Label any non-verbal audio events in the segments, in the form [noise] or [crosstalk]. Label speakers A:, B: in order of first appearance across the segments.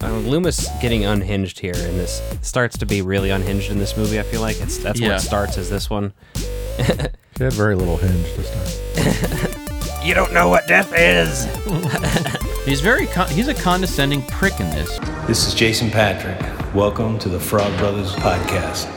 A: Loomis Um, getting unhinged here, and this starts to be really unhinged in this movie. I feel like it's that's where
B: Yeah.
A: it starts. Is this one?
C: She had very little hinge this time.
A: You don't know what death is.
B: He's very con- he's a condescending prick in this.
D: This is Jason Patrick. Welcome to the Frog Brothers Podcast.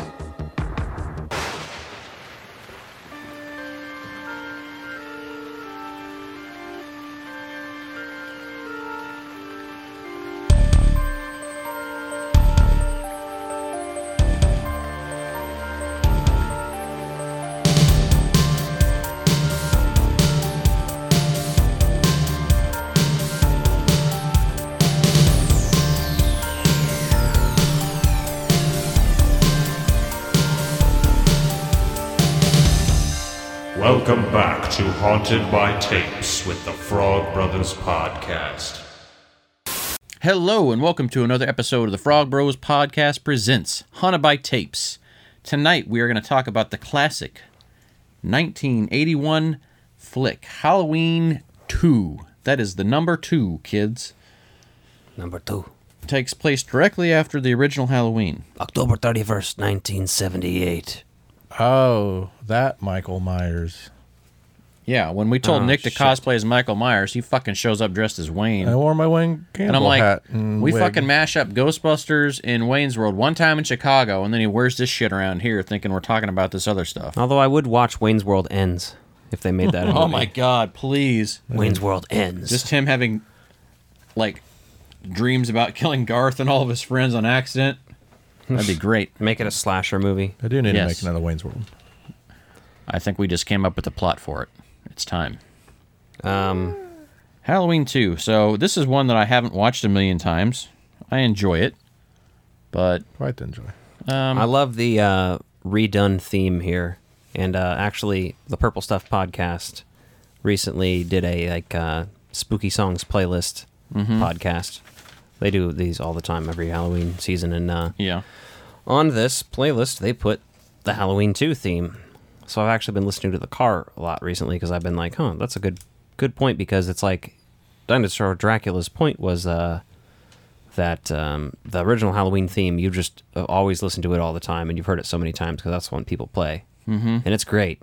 E: Welcome back to Haunted by Tapes with the Frog Brothers Podcast.
B: Hello and welcome to another episode of the Frog Bros Podcast presents Haunted by Tapes. Tonight we are going to talk about the classic 1981 flick Halloween 2. That is the number 2, kids.
A: Number two,
B: takes place directly after the original Halloween.
A: October thirty first, nineteen seventy eight.
C: Oh, that Michael Myers.
B: Yeah, when we told
A: Oh,
B: Nick to
A: shit.
B: cosplay as Michael Myers, he fucking shows up dressed as Wayne.
C: I wore my Wayne
B: And
C: Campbell
B: I'm like,
C: hat. And
B: we
C: wig.
B: fucking mash up Ghostbusters in Wayne's World one time in Chicago, and then he wears this shit around here thinking we're talking about this other stuff.
C: Oh,
A: Although I would watch Wayne's World Ends if they made that. a
B: [laughs] Oh
A: movie.
B: my god, please.
A: Wayne's World Ends.
B: Just him having, like, dreams about [laughs] killing Garth and all of his friends on accident. That'd be great.
A: make it a slasher movie.
C: I do need
B: Yes.
C: to make another Wayne's World.
B: I think we just came up with a plot for it. It's time. Um,
C: Um,
B: Halloween 2. So this is one that I haven't watched a million times. I enjoy it, but
C: Quite enjoy.
A: I love the uh, redone theme here, and uh, actually, the Purple Stuff podcast recently did a like uh, spooky songs playlist podcast. They do these all the time every Halloween season, and uh,
B: yeah,
A: on this playlist they put the Halloween two theme. So I've actually been listening to the car a lot recently because I've been like, huh, that's a good good point because it's like Dinosaur Dracula's point was uh, that um, the original Halloween theme you just uh, always listen to it all the time and you've heard it so many times because that's when people play mm-hmm. and it's great.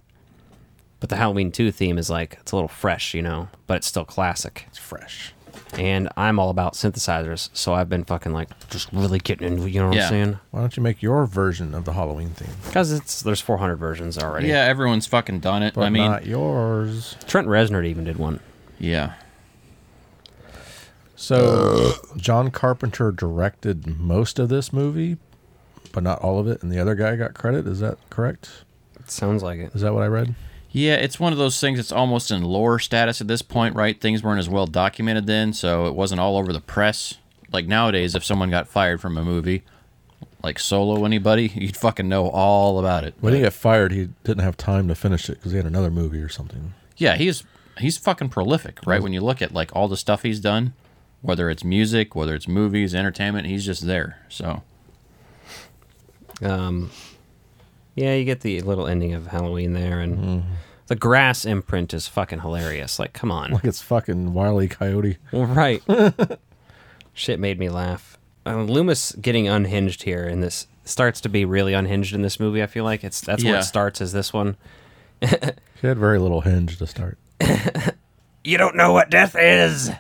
A: But the Halloween two theme is like it's a little fresh, you know, but it's still classic
C: It's fresh.
A: and I'm all about synthesizers, so I've been fucking like just really getting into you know what
B: Yeah.
A: I'm saying?
C: Why don't you make your version of the Halloween theme?
A: Because it's there's 400 versions already.
B: yeah, everyone's fucking done it.
C: But
B: I mean,
C: not yours.
A: Trent Reznor even did one.
B: yeah,
C: So
B: uh.
C: John Carpenter directed most of this movie, but not all of it, and the other guy got credit. Is that correct?
A: It sounds like it.
C: Is that what I read?
B: yeah, it's one of those things that's almost in lore status at this point, right? Things weren't as well documented then, so it wasn't all over the press. Like nowadays, if someone got fired from a movie, like Solo, anybody, [laughs] you'd fucking know all about it.
C: When he got fired, he didn't have time to finish it because he had another movie or something.
B: Yeah, he's he's fucking prolific, right? When you look at like all the stuff he's done, whether it's music, whether it's movies, entertainment, he's just there. So
A: Um, yeah, you get the little ending of Halloween there, and the grass imprint is fucking hilarious. Like, come on,
C: Like it's fucking Wile E. Coyote.
A: Well, [laughs] right? Shit made me laugh. Uh, Loomis getting unhinged here, and this starts to be really unhinged in this movie. I feel like it's that's where
B: Yeah.
A: it starts. Is this one?
C: He had very little hinge to start.
A: You don't know what death is.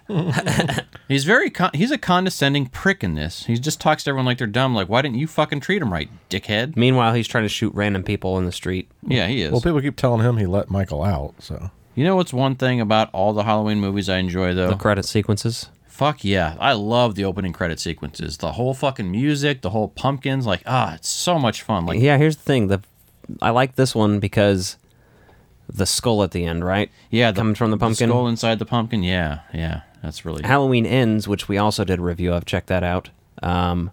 B: he's very con- he's a condescending prick in this. He just talks to everyone like they're dumb. Like, why didn't you fucking treat him right, dickhead?
A: Meanwhile, he's trying to shoot random people in the street.
B: Yeah, he is.
C: Well, people keep telling him he let Michael out, so
B: you know what's one thing about all the Halloween movies I enjoy though?
A: The credit sequences.
B: Fuck yeah. I love the opening credit sequences. The whole fucking music, the whole pumpkins, like ah, it's so much fun. Like
A: Yeah, here's the thing. The I like this one because the skull at the end, right?
B: yeah,
A: Coming from the pumpkin.
B: skull inside the pumpkin. Yeah, yeah. That's really
A: Halloween Ends, which we also did a review of, check that out. Um,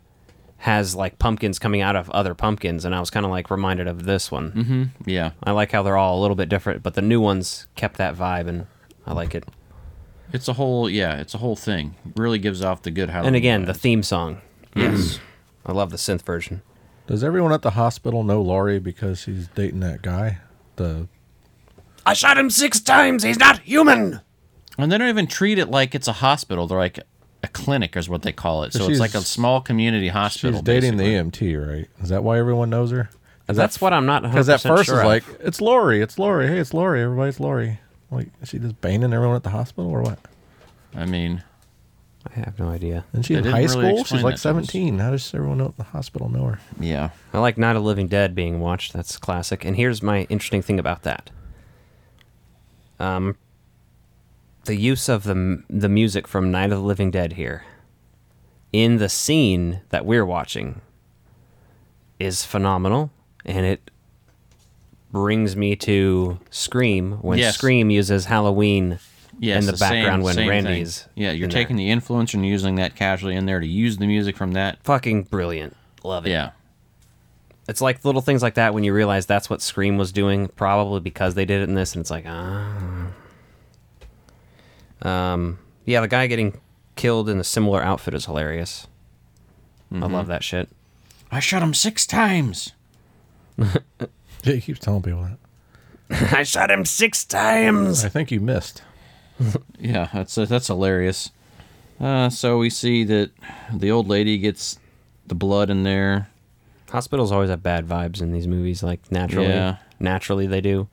A: has like pumpkins coming out of other pumpkins, and I was kind of like reminded of this one. Mm-hmm.
B: yeah.
A: I like how they're all a little bit different, but the new ones kept that vibe, and I like it.
B: It's a whole yeah, it's a whole thing. Really gives off the good
C: Oh,
B: Halloween.
A: And again, the
B: vibe.
A: theme song. Yes, I love the synth version.
C: does everyone at the hospital know Laurie because he's dating that guy? The
A: I shot him six times. He's not human.
B: and they don't even treat it like it's a hospital. They're like a clinic is what they call it.
C: So
B: So, it's like a
C: she's-
B: small community hospital.
C: She's dating
B: basically.
C: the EMT, right? Is that why everyone knows her?
A: That's what I'm not
C: Because
A: 100%
C: at first
A: sure
C: it's
A: of.
C: like, it's Lori, it's Lori, hey, it's Lori, everybody's Lori. Like, is she just banging everyone at the hospital or what?
B: I mean,
A: I have no idea.
C: Isn't she
B: They
C: in
B: didn't
C: high
B: really
C: school?
B: explain
C: She's like
B: that to us.
C: 17. How does everyone know at the hospital know her? [laughs]
B: yeah.
A: I like Night of the Living Dead being watched. That's classic. And here's my interesting thing about that. Um, the use of the m- the music from Night of the Living Dead here in the scene that we're watching is phenomenal, and it brings me to Scream when
B: Yes.
A: Scream uses Halloween
B: Yeah,
A: in
B: it's
A: the,
B: same-
A: background when
B: same thing.
A: Randy's
B: Yeah, you're
A: in there.
B: taking the influencer and using that casually in there to use the music from that.
A: fucking brilliant. Love it.
B: Yeah.
A: it's like little things like that when you realize that's what Scream was doing, probably because they did it in this, and it's like, ah. Um, yeah, the guy getting killed in a similar outfit is hilarious.
B: Mm-hmm.
A: I love that shit. [laughs]
B: I shot him six times.
C: Yeah, he keeps telling people that.
A: I shot him six times.
C: I think you missed.
B: Yeah, that's that's hilarious. Uh, so we see that the old lady gets the blood in there.
A: Hospitals always have bad vibes in these movies, like naturally,
B: Yeah.
A: naturally they do.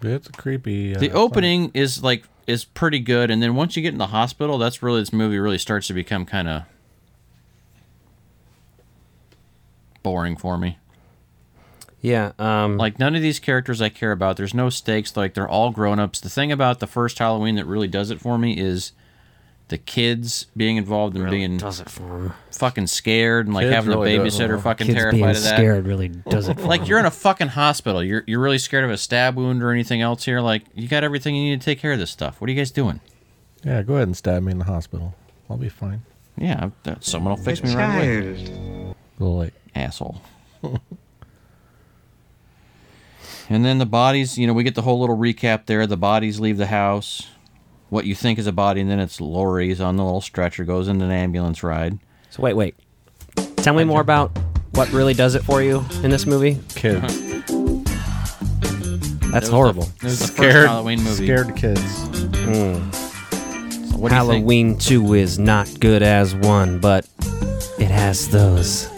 C: It's a creepy. Uh,
B: The
C: thing.
B: opening is like is pretty good, and then once you get in the hospital, that's really this movie really starts to become kind of boring for me.
A: Yeah, um,
B: Like none of these characters I care about. There's no stakes. Like they're all grown ups. The thing about the first Halloween that really does it for me is the kids being involved and being
A: does it for him.
B: fucking scared and like
C: Kids
B: having
C: really
B: a
C: does it, huh?
B: babysitter fucking
F: Kids
B: terrified
F: being
B: of that.
F: scared really does
B: [laughs]
F: it. For
B: Like you're in a fucking hospital. You're you're really scared of a stab wound or anything else here. Like you got everything you need to take care of this stuff. What are you guys doing?
C: Yeah, go ahead and stab me in the hospital. I'll be fine.
B: Yeah, I- that- someone will fix me right away.
C: Little like,
B: asshole. [laughs] and then the bodies, you know, we get the whole little recap there. The bodies leave the house. What you think is a body, and then it's Lori's on the little stretcher, goes into an ambulance ride.
A: So wait, wait. Tell me more about what really does it for you in this movie.
C: kids.
A: That's
B: That was the-
A: horrible.
B: It was the
C: Scared
B: first Halloween [laughs] movie.
C: Scared kids.
B: So what do you think?
A: Halloween 2 is not good as 1, but it has those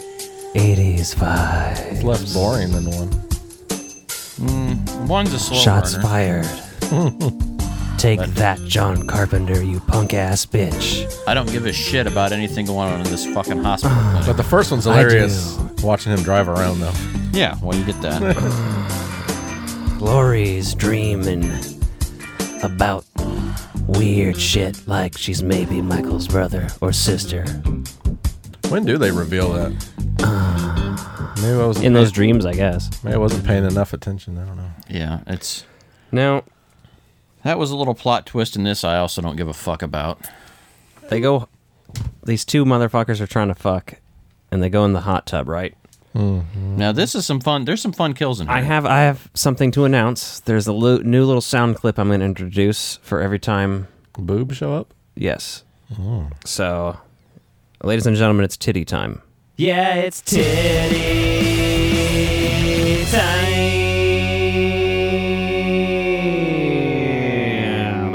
A: 80s vibes.
C: It's less boring than one.
B: Hmm, One's a slow
A: Shots
B: burner.
A: fired. Take that, John Carpenter, you punk ass bitch.
B: I don't give a shit about anything going on in this fucking hospital.
C: [sighs]
B: clinic.
C: But the first one's hilarious. Watching him drive around though.
B: yeah, well, you get
C: [laughs]
B: that.
A: Lori's dreaming about weird shit like she's maybe Michael's brother or sister.
C: When do they reveal that? Maybe I was
A: Uh, In those dreams, I guess.
C: Maybe I wasn't paying enough attention. I don't know.
B: yeah, it's
A: Now,
B: that was a little plot twist in this. I also don't give a fuck about.
A: they go. These two motherfuckers are trying to fuck, and they go in the hot tub, right?
B: Now this is some fun. There's some fun kills in here.
A: I have I have something to announce. There's a lo- new little sound clip I'm going to introduce for every time.
C: Boob show up.
A: Yes. So, ladies and gentlemen, it's titty time. Yeah, it's titty time.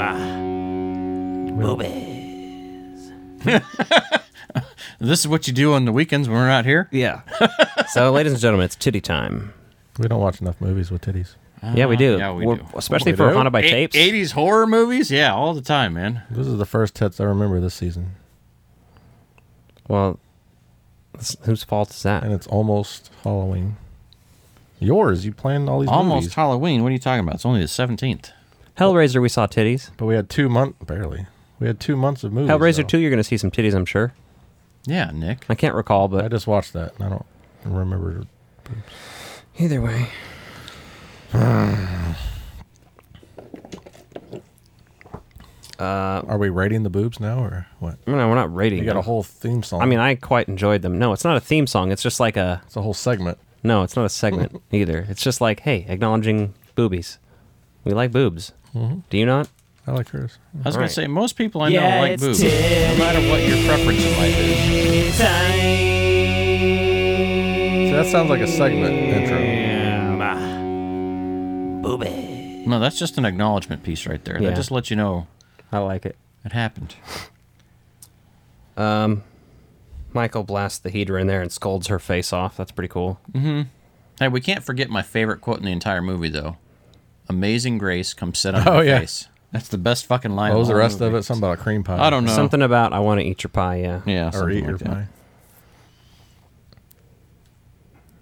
B: This is what you do on the weekends when we're not here.
A: Yeah. so, ladies and gentlemen, it's titty time.
C: We don't watch enough movies with titties.
A: yeah, we do.
B: yeah, we
A: We're-
B: do.
A: Especially
C: We
A: for
C: do?
A: haunted by tapes.
B: Eighties horror movies, yeah, all the time, man.
C: This is the first tits I remember this season,
A: Well, that's- whose fault is
C: and
A: that?
C: it's almost Halloween. Yours, you planned all these
B: Almost
C: movies,
B: Halloween. What are you talking about? It's only the seventeenth.
A: Hellraiser, we saw titties.
C: but we had two month barely. We had two months of movies.
A: Hellraiser
C: though.
A: two, you're going to see some titties, I'm sure.
B: Yeah, Nick.
A: I can't recall,
C: I
A: but
C: just watched that, and I don't remember.
A: either way.
C: Are we rating the boobs now or what?
A: Oh. No, we're not rating.
C: You got a
A: them.
C: whole theme song.
A: I mean, I quite enjoyed them. No, it's not a theme song. It's just like a
C: it's a whole segment.
A: no. It's not a
C: [laughs]
A: segment either. It's just like hey, acknowledging boobies. We like boobs.
C: Mm-hmm.
A: Do you not?
C: I like hers.
B: I was gonna
A: Right.
B: say most people I know like boobs, no matter what your preference in life is.
C: See, that sounds like a segment intro.
B: No, that's just an acknowledgement piece right there.
A: Yeah.
B: That just lets you know
A: I like it.
B: it happened.
A: Michael blasts the heater in there and scolds her face off. That's pretty cool.
B: Hey, we can't forget my favorite quote in the entire movie, though. Amazing grace, come sit on
C: Oh,
B: my
C: yeah.
B: face. That's the best fucking line.
C: What was the rest of
B: movie.
C: it? Something about a cream pie.
B: I don't know.
A: Something about I want to eat your pie. Yeah.
B: Yeah,
C: Or
B: something
C: eat your
B: like that.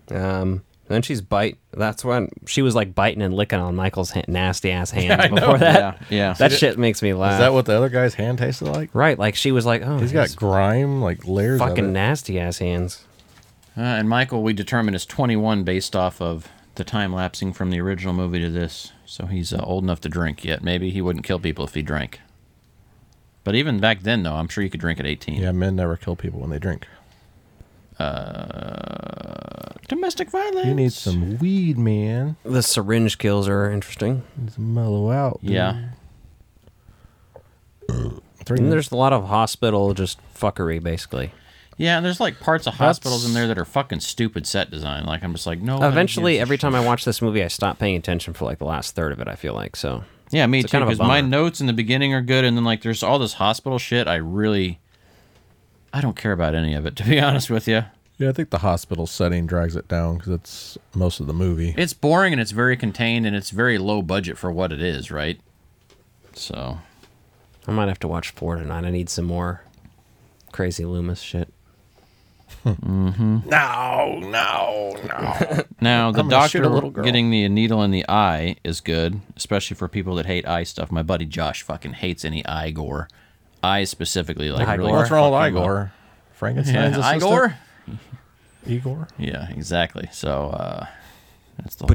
C: [laughs] pie.
A: Um, then she's bite. That's when she was like biting and licking on Michael's ha- nasty ass hands
C: [laughs]
A: before that.
B: Yeah, yeah.
A: That shit makes me laugh.
C: Is that what the other guy's hand tasted like?
A: right? Like she was like, oh,
C: He's got grime, like layers of
A: fucking
C: it.
A: nasty ass hands.
B: Uh, and Michael, we determined is 21 based off of the time lapsing from the original movie to this, so he's uh, old enough to drink yet. Maybe he wouldn't kill people if he drank. But even back then, though, I'm sure you could drink at 18.
C: Yeah, men never kill people when they drink.
B: Domestic violence.
C: You need some weed, man.
A: The syringe kills are interesting.
C: Need some mellow out. dude.
B: Yeah.
C: Three
A: And
C: minutes.
A: there's a lot of hospital just fuckery, basically.
B: Yeah, and there's like parts of hospitals in there that are fucking stupid set design. Like, I'm just like, no. one
A: Eventually,
B: gives a
A: every
B: shit.
A: time I watch this movie, I stop paying attention for like the last third of it. I feel like so.
B: Yeah, me
A: It's
B: too.
A: kind of a
B: Because my
A: bummer.
B: notes in the beginning are good, and then like there's all this hospital shit. I really, I don't care about any of it to be [laughs] honest with you.
C: Yeah, I think the hospital setting drags it down because it's most of the movie.
B: It's boring and it's very contained and it's very low budget for what it is, right? So
A: I might have to watch four tonight. I need some more crazy Loomis shit.
C: No, no, no.
B: now the
C: I'm gonna shoot a
B: doctor
C: little girl.
B: getting the needle in the eye is good, especially for people that hate eye stuff. My buddy Josh fucking hates any eye gore. Eyes specifically, like
A: Eye
B: really.
A: gore?
C: What's wrong with
B: fucking-
C: Igor? Frankenstein's
B: Yeah, eye
C: assistant?
B: gore.
C: Igor?
B: Yeah, exactly. So uh, that's the. whole-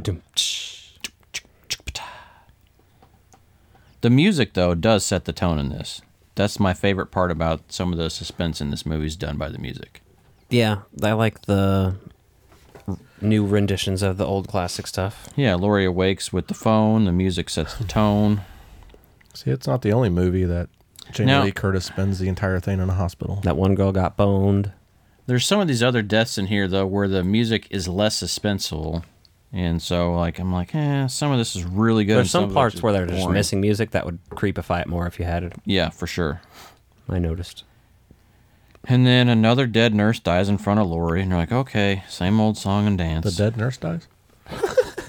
B: The music though does set the tone in this. That's my favorite part about some of the suspense in this movie is done by the music.
A: Yeah, I like the r- new renditions of the old classic stuff.
B: Yeah, Laurie awakes with the phone. The music sets the tone.
C: See, it's not the only movie that Jamie
B: No.
C: Lee Curtis spends the entire thing in a hospital.
A: That one girl got boned.
B: There's some of these other deaths in here though where the music is less suspenseful, and so like I'm like, eh, some of this is really good.
A: There's
B: and
A: some
B: of it's
A: parts where they're just
B: boring.
A: missing music that would creepify it more if you had it.
B: Yeah, for sure.
A: I noticed.
B: And then another dead nurse dies in front of Laurie, and you're like, okay, same old song and dance.
C: The dead nurse dies?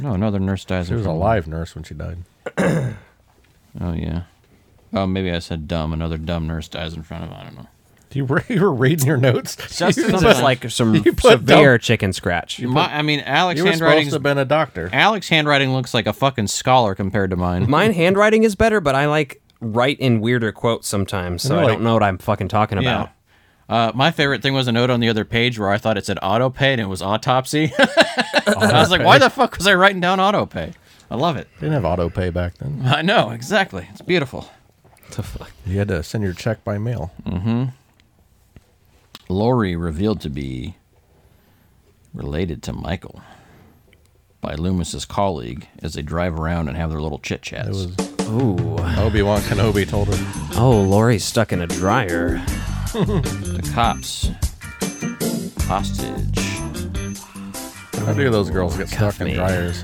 B: No, another nurse dies.
C: She
B: in
C: was a
B: front of-
C: live nurse when she died.
B: Oh yeah. Oh, maybe I said dumb. Another dumb nurse dies in front of. I don't know.
C: [laughs] You were, you were reading your
B: [laughs]
C: notes.
B: Just
C: you
A: It's
B: something-
C: put-
A: just [laughs] like some
C: You put
A: severe chicken scratch.
B: My, I mean, Alex
C: you were supposed
B: handwriting.
C: to have been a doctor.
B: Alex handwriting looks like a fucking scholar compared to mine.
A: Mine handwriting is better, but I like write in weirder quotes sometimes, so
C: They're
A: I
C: like-
A: don't know what I'm fucking talking
B: yeah.
A: about.
B: Uh, my favorite thing was a note on the other page where I thought it said auto pay and it was autopsy. [laughs] I was like, why the fuck was I writing down auto pay? I love it.
C: They didn't have auto pay back then.
B: I know exactly. It's beautiful.
A: What the fuck?
C: You had to send your check by mail.
B: Lori revealed to be related to Michael by Loomis's colleague as they drive around and have their little chit chats.
C: It was
A: Ooh.
C: Obi Wan Kenobi told her.
A: Oh, Lori's stuck in a dryer.
B: the cops hostage.
C: How do those girls get
A: Cuff
C: stuck in
A: me.
C: dryers?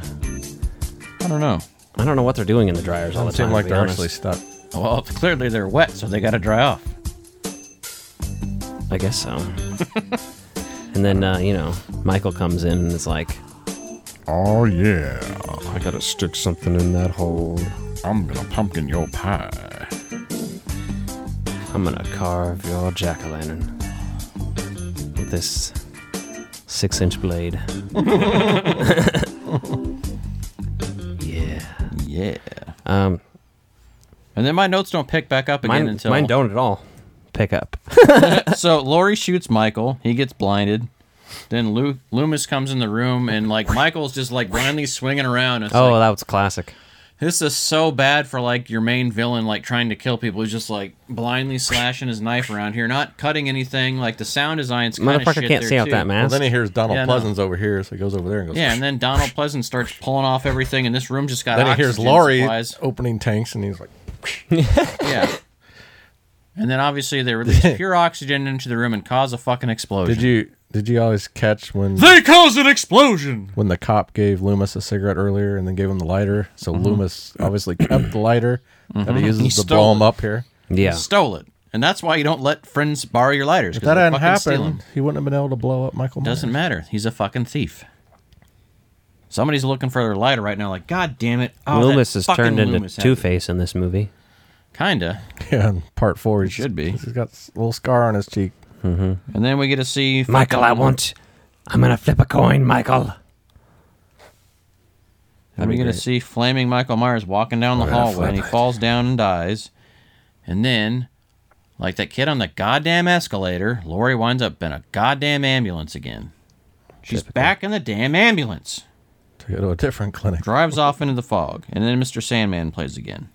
B: I don't know.
A: I don't know what they're doing in the dryers all the
C: Doesn't
A: time.
C: seem like
A: to be
C: they're
A: honest.
C: actually stuck.
B: Well, clearly they're wet, so they got to dry off.
A: I guess so. [laughs] and then, uh, you know, Michael comes in and is like,
F: Oh yeah,
A: I gotta stick something in that hole.
F: I'm gonna pumpkin your pie.
A: I'm gonna carve your jack o' lantern with this six inch blade. yeah.
B: Yeah.
A: Um,
B: And then my notes don't pick back up again
A: mine,
B: until
A: mine don't at all pick up.
B: [laughs] So Lori shoots Michael. He gets blinded. Then Lu- Loomis comes in the room and like Michael's just like blindly swinging around. It's
A: Oh,
B: like,
A: that was classic.
B: this is so bad for like your main villain, like trying to kill people. He's just like blindly slashing his knife around here, not cutting anything. Like the sound design's kind of
A: Motherfucker
B: shit
A: can't
B: there
A: see out
B: too.
A: that
C: Well,
A: mask.
C: then he hears Donald
B: Yeah, I know.
C: Pleasance over here, so he goes over there and goes.
B: Yeah, and then Donald Pleasant starts pulling off everything, and this room just got.
C: Then he hears
B: oxygen
C: Laurie
B: supplies.
C: opening tanks, and he's
B: [laughs]
C: like,
B: Yeah. [laughs] And then obviously they release
A: [laughs]
B: pure oxygen into the room and cause a fucking explosion.
C: "Did you did you always catch when
B: They cause an explosion.
C: when the cop gave Loomis a cigarette earlier and then gave him the lighter? So Loomis obviously kept the lighter that he uses
B: Mm-hmm. He
C: to
B: stole
C: blow him
B: it.
C: up here.
A: yeah.
B: Stole it. And that's why you don't let friends borrow your lighters.
C: If
B: 'cause
C: that
B: they'll
C: hadn't
B: fucking steal
C: happened,
B: 'em.
C: he wouldn't have been able to blow up Michael Myers. [laughs]
B: doesn't matter. He's a fucking thief. Somebody's looking for their lighter right now. Like, god damn it! Oh, that
A: Loomis is
B: fucking
A: turned into
B: Loomis happened."
A: Two Face in this movie.
B: Kinda.
C: Yeah, in part four, he
B: should be.
C: He's got a little scar on his cheek.
B: And then we get to see
A: Michael, I
B: fucking-
A: want. I'm gonna flip a coin, Michael.
B: And we get to
A: great. Oh,
B: see flaming Michael Myers walking down the hallway, and he falls down and dies. And then, like that kid on the goddamn escalator, Lori winds up in a goddamn ambulance again. She's back in the damn ambulance.
C: To go to a different clinic.
B: Drives off into the fog, and then Mr. Sandman plays again.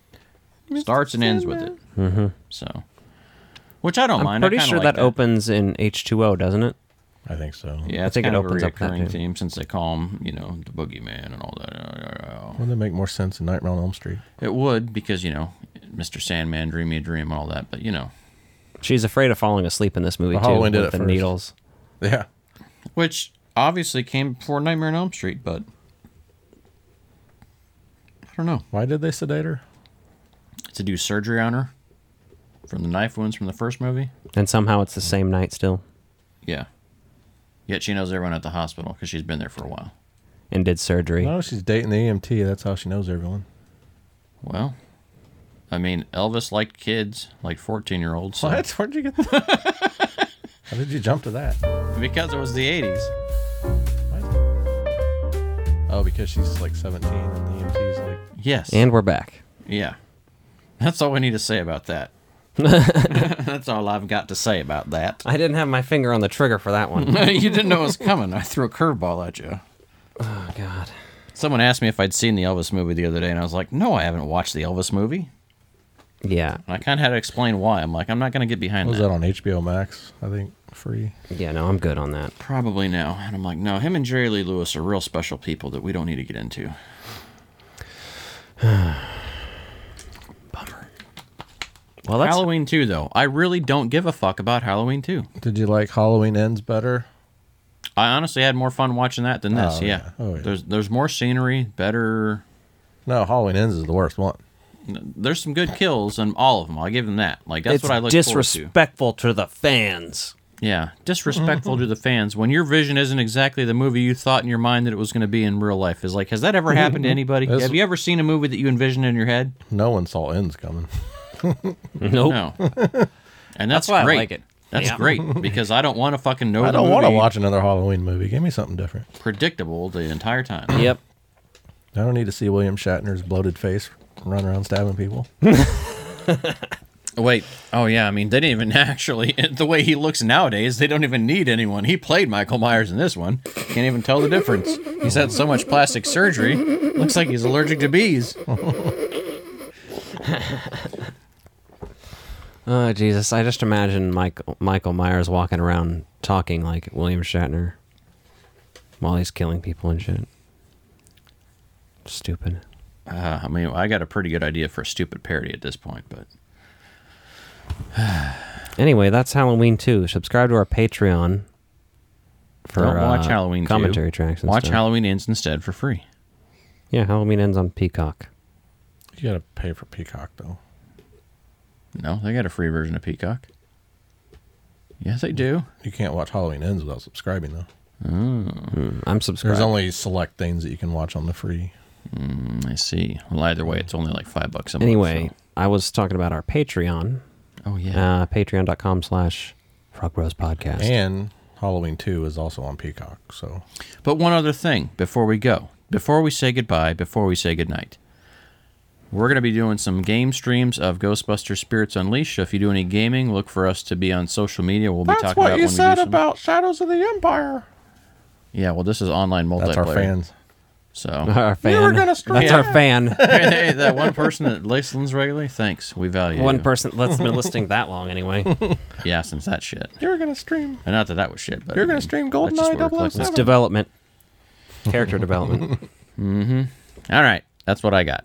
B: Starts and ends with it. Mm-hmm. So, which I don't
A: I'm
B: mind. I
A: pretty
B: kinda
A: sure
B: like
A: that, opens in H2O, doesn't it?
C: I think so.
B: Yeah, it's
A: think it
B: kind of
A: opens
B: a
A: up that
B: recurring
A: too.
B: theme since they call him, you know, the boogeyman and all that.
C: Wouldn't that make more sense in Nightmare on Elm Street?
B: It would because you know, Mr. Sandman, Dream Me a Dream, all that. But you know,
A: She's afraid of falling asleep in this movie
C: Well,
A: too
C: Halloween
A: with
C: did
A: the
C: it first.
A: needles.
C: Yeah.
B: which obviously came before Nightmare on Elm Street, but I don't know.
C: Why did they sedate her?
B: To do surgery on her from the knife wounds from the first movie.
A: And somehow it's the same night still,
B: Yeah. Yet she knows everyone at the hospital because she's been there for a while.
A: and did surgery.
C: No, she's dating the EMT. That's how she knows everyone.
B: Well, I mean, Elvis liked kids, like fourteen-year-olds. So
C: What? Where'd you get that? how did you jump to that?
B: Because it was the '80s.
C: Oh, because she's like 17 and the E EMT's like.
B: Yes.
A: And we're back.
B: Yeah. That's all we need to say about that. [laughs] That's all I've got to say about that.
A: I didn't have my finger on the trigger for that one.
B: [laughs] you didn't know it was coming. I threw a curveball at you.
A: oh God.
B: Someone asked me if I'd seen the Elvis movie the other day, and I was like, no, I haven't watched the Elvis movie.
A: Yeah.
B: And I kind of had to explain why. I'm like, I'm not going to get behind
C: What was
B: that.
C: that on HBO Max? I think free.
A: Yeah. No, I'm good on that.
B: Probably no. And I'm like, no, him and Jerry Lee Lewis are real special people that we don't need to get into. Bummer.
A: Well, that's
B: Halloween 2, though. I really don't give a fuck about Halloween 2.
C: Did you like Halloween Ends better?
B: I honestly had more fun watching that than this.
C: Oh,
B: yeah.
C: yeah. Oh, yeah.
B: There's there's more scenery, better.
C: No, Halloween Ends is the worst one.
B: There's some good kills in all of them. I'll give them that. Like that's
A: it's
B: what I look forward to.
A: disrespectful to the fans.
B: [clears throat] Yeah,
C: Mm-hmm.
B: disrespectful to the fans when your vision isn't exactly the movie you thought in your mind that it was going to be in real life. Is like, has that ever happened to anybody?
C: Mm-hmm. That's-
B: Have you ever seen a movie that you envisioned in your head?
C: No one saw Ends coming.
A: Nope.
B: No.
C: [laughs]
B: And that's,
A: why I
B: great.
A: like it.
B: That's
A: Yeah.
B: great because I don't want to fucking know.
C: I
B: the
C: don't want to
B: movie
C: watch another Halloween movie. Give me something different.
B: predictable the entire time.
A: Yep.
C: I don't need to see William Shatner's bloated face run around stabbing people.
B: Wait. Oh yeah. I mean, they didn't even [laughs] actually. The way he looks nowadays, they don't even need anyone. He played Michael Myers in this one. Can't even tell the difference. He's had so much plastic surgery. Looks like he's allergic to bees.
A: Oh Jesus! I just imagine Michael Michael Myers walking around talking like William Shatner while he's killing people and shit. Stupid.
B: Uh, I mean, I got a pretty good idea for a stupid parody at this point, but
A: Anyway, that's Halloween too. Subscribe to our Patreon for
B: don't watch
A: uh,
B: Halloween. 2.
A: commentary tracks. And
B: Watch
A: stuff.
B: Halloween Ends instead for free.
A: Yeah, Halloween ends on Peacock.
C: You gotta pay for Peacock though.
B: No, they got a free version of Peacock. Yes, they do.
C: You can't watch Halloween Ends without subscribing though.
A: I'm
C: There's
A: subscribed.
C: only select things that you can watch on the free.
B: Mm, I see. Well, either way, it's only like five bucks a month.
A: anyway,
B: so-
A: I was talking about our Patreon.
B: Oh yeah.
A: Uh, Patreon.com/slash Frog Bros Podcast.
C: And Halloween Two is also on Peacock. So
A: uh,
B: But one other thing before we go, before we say goodbye, before we say goodnight, we're going to be doing some game streams of Ghostbuster Spirits Unleashed. So if you do any gaming, look for us to be on social media. We'll be talking about when we do some-
C: Shadows of the Empire.
B: Yeah, well, this is online multiplayer.
C: That's our fans.
A: [laughs]
B: So
A: our fan.
C: were gonna stray
A: That's our
B: [laughs]
A: fan.
B: hey, that one person that listens regularly, thanks. We value
A: One
B: you.
A: person that's been listening that long anyway.
B: Yeah, since that shit.
C: You're gonna stream.
B: And not that that was shit, but
C: You're
B: I
C: gonna
B: mean,
C: stream
B: that's just
C: GoldenEye
B: what we're clicking.
A: It's development, character development.
B: All right, that's what I got.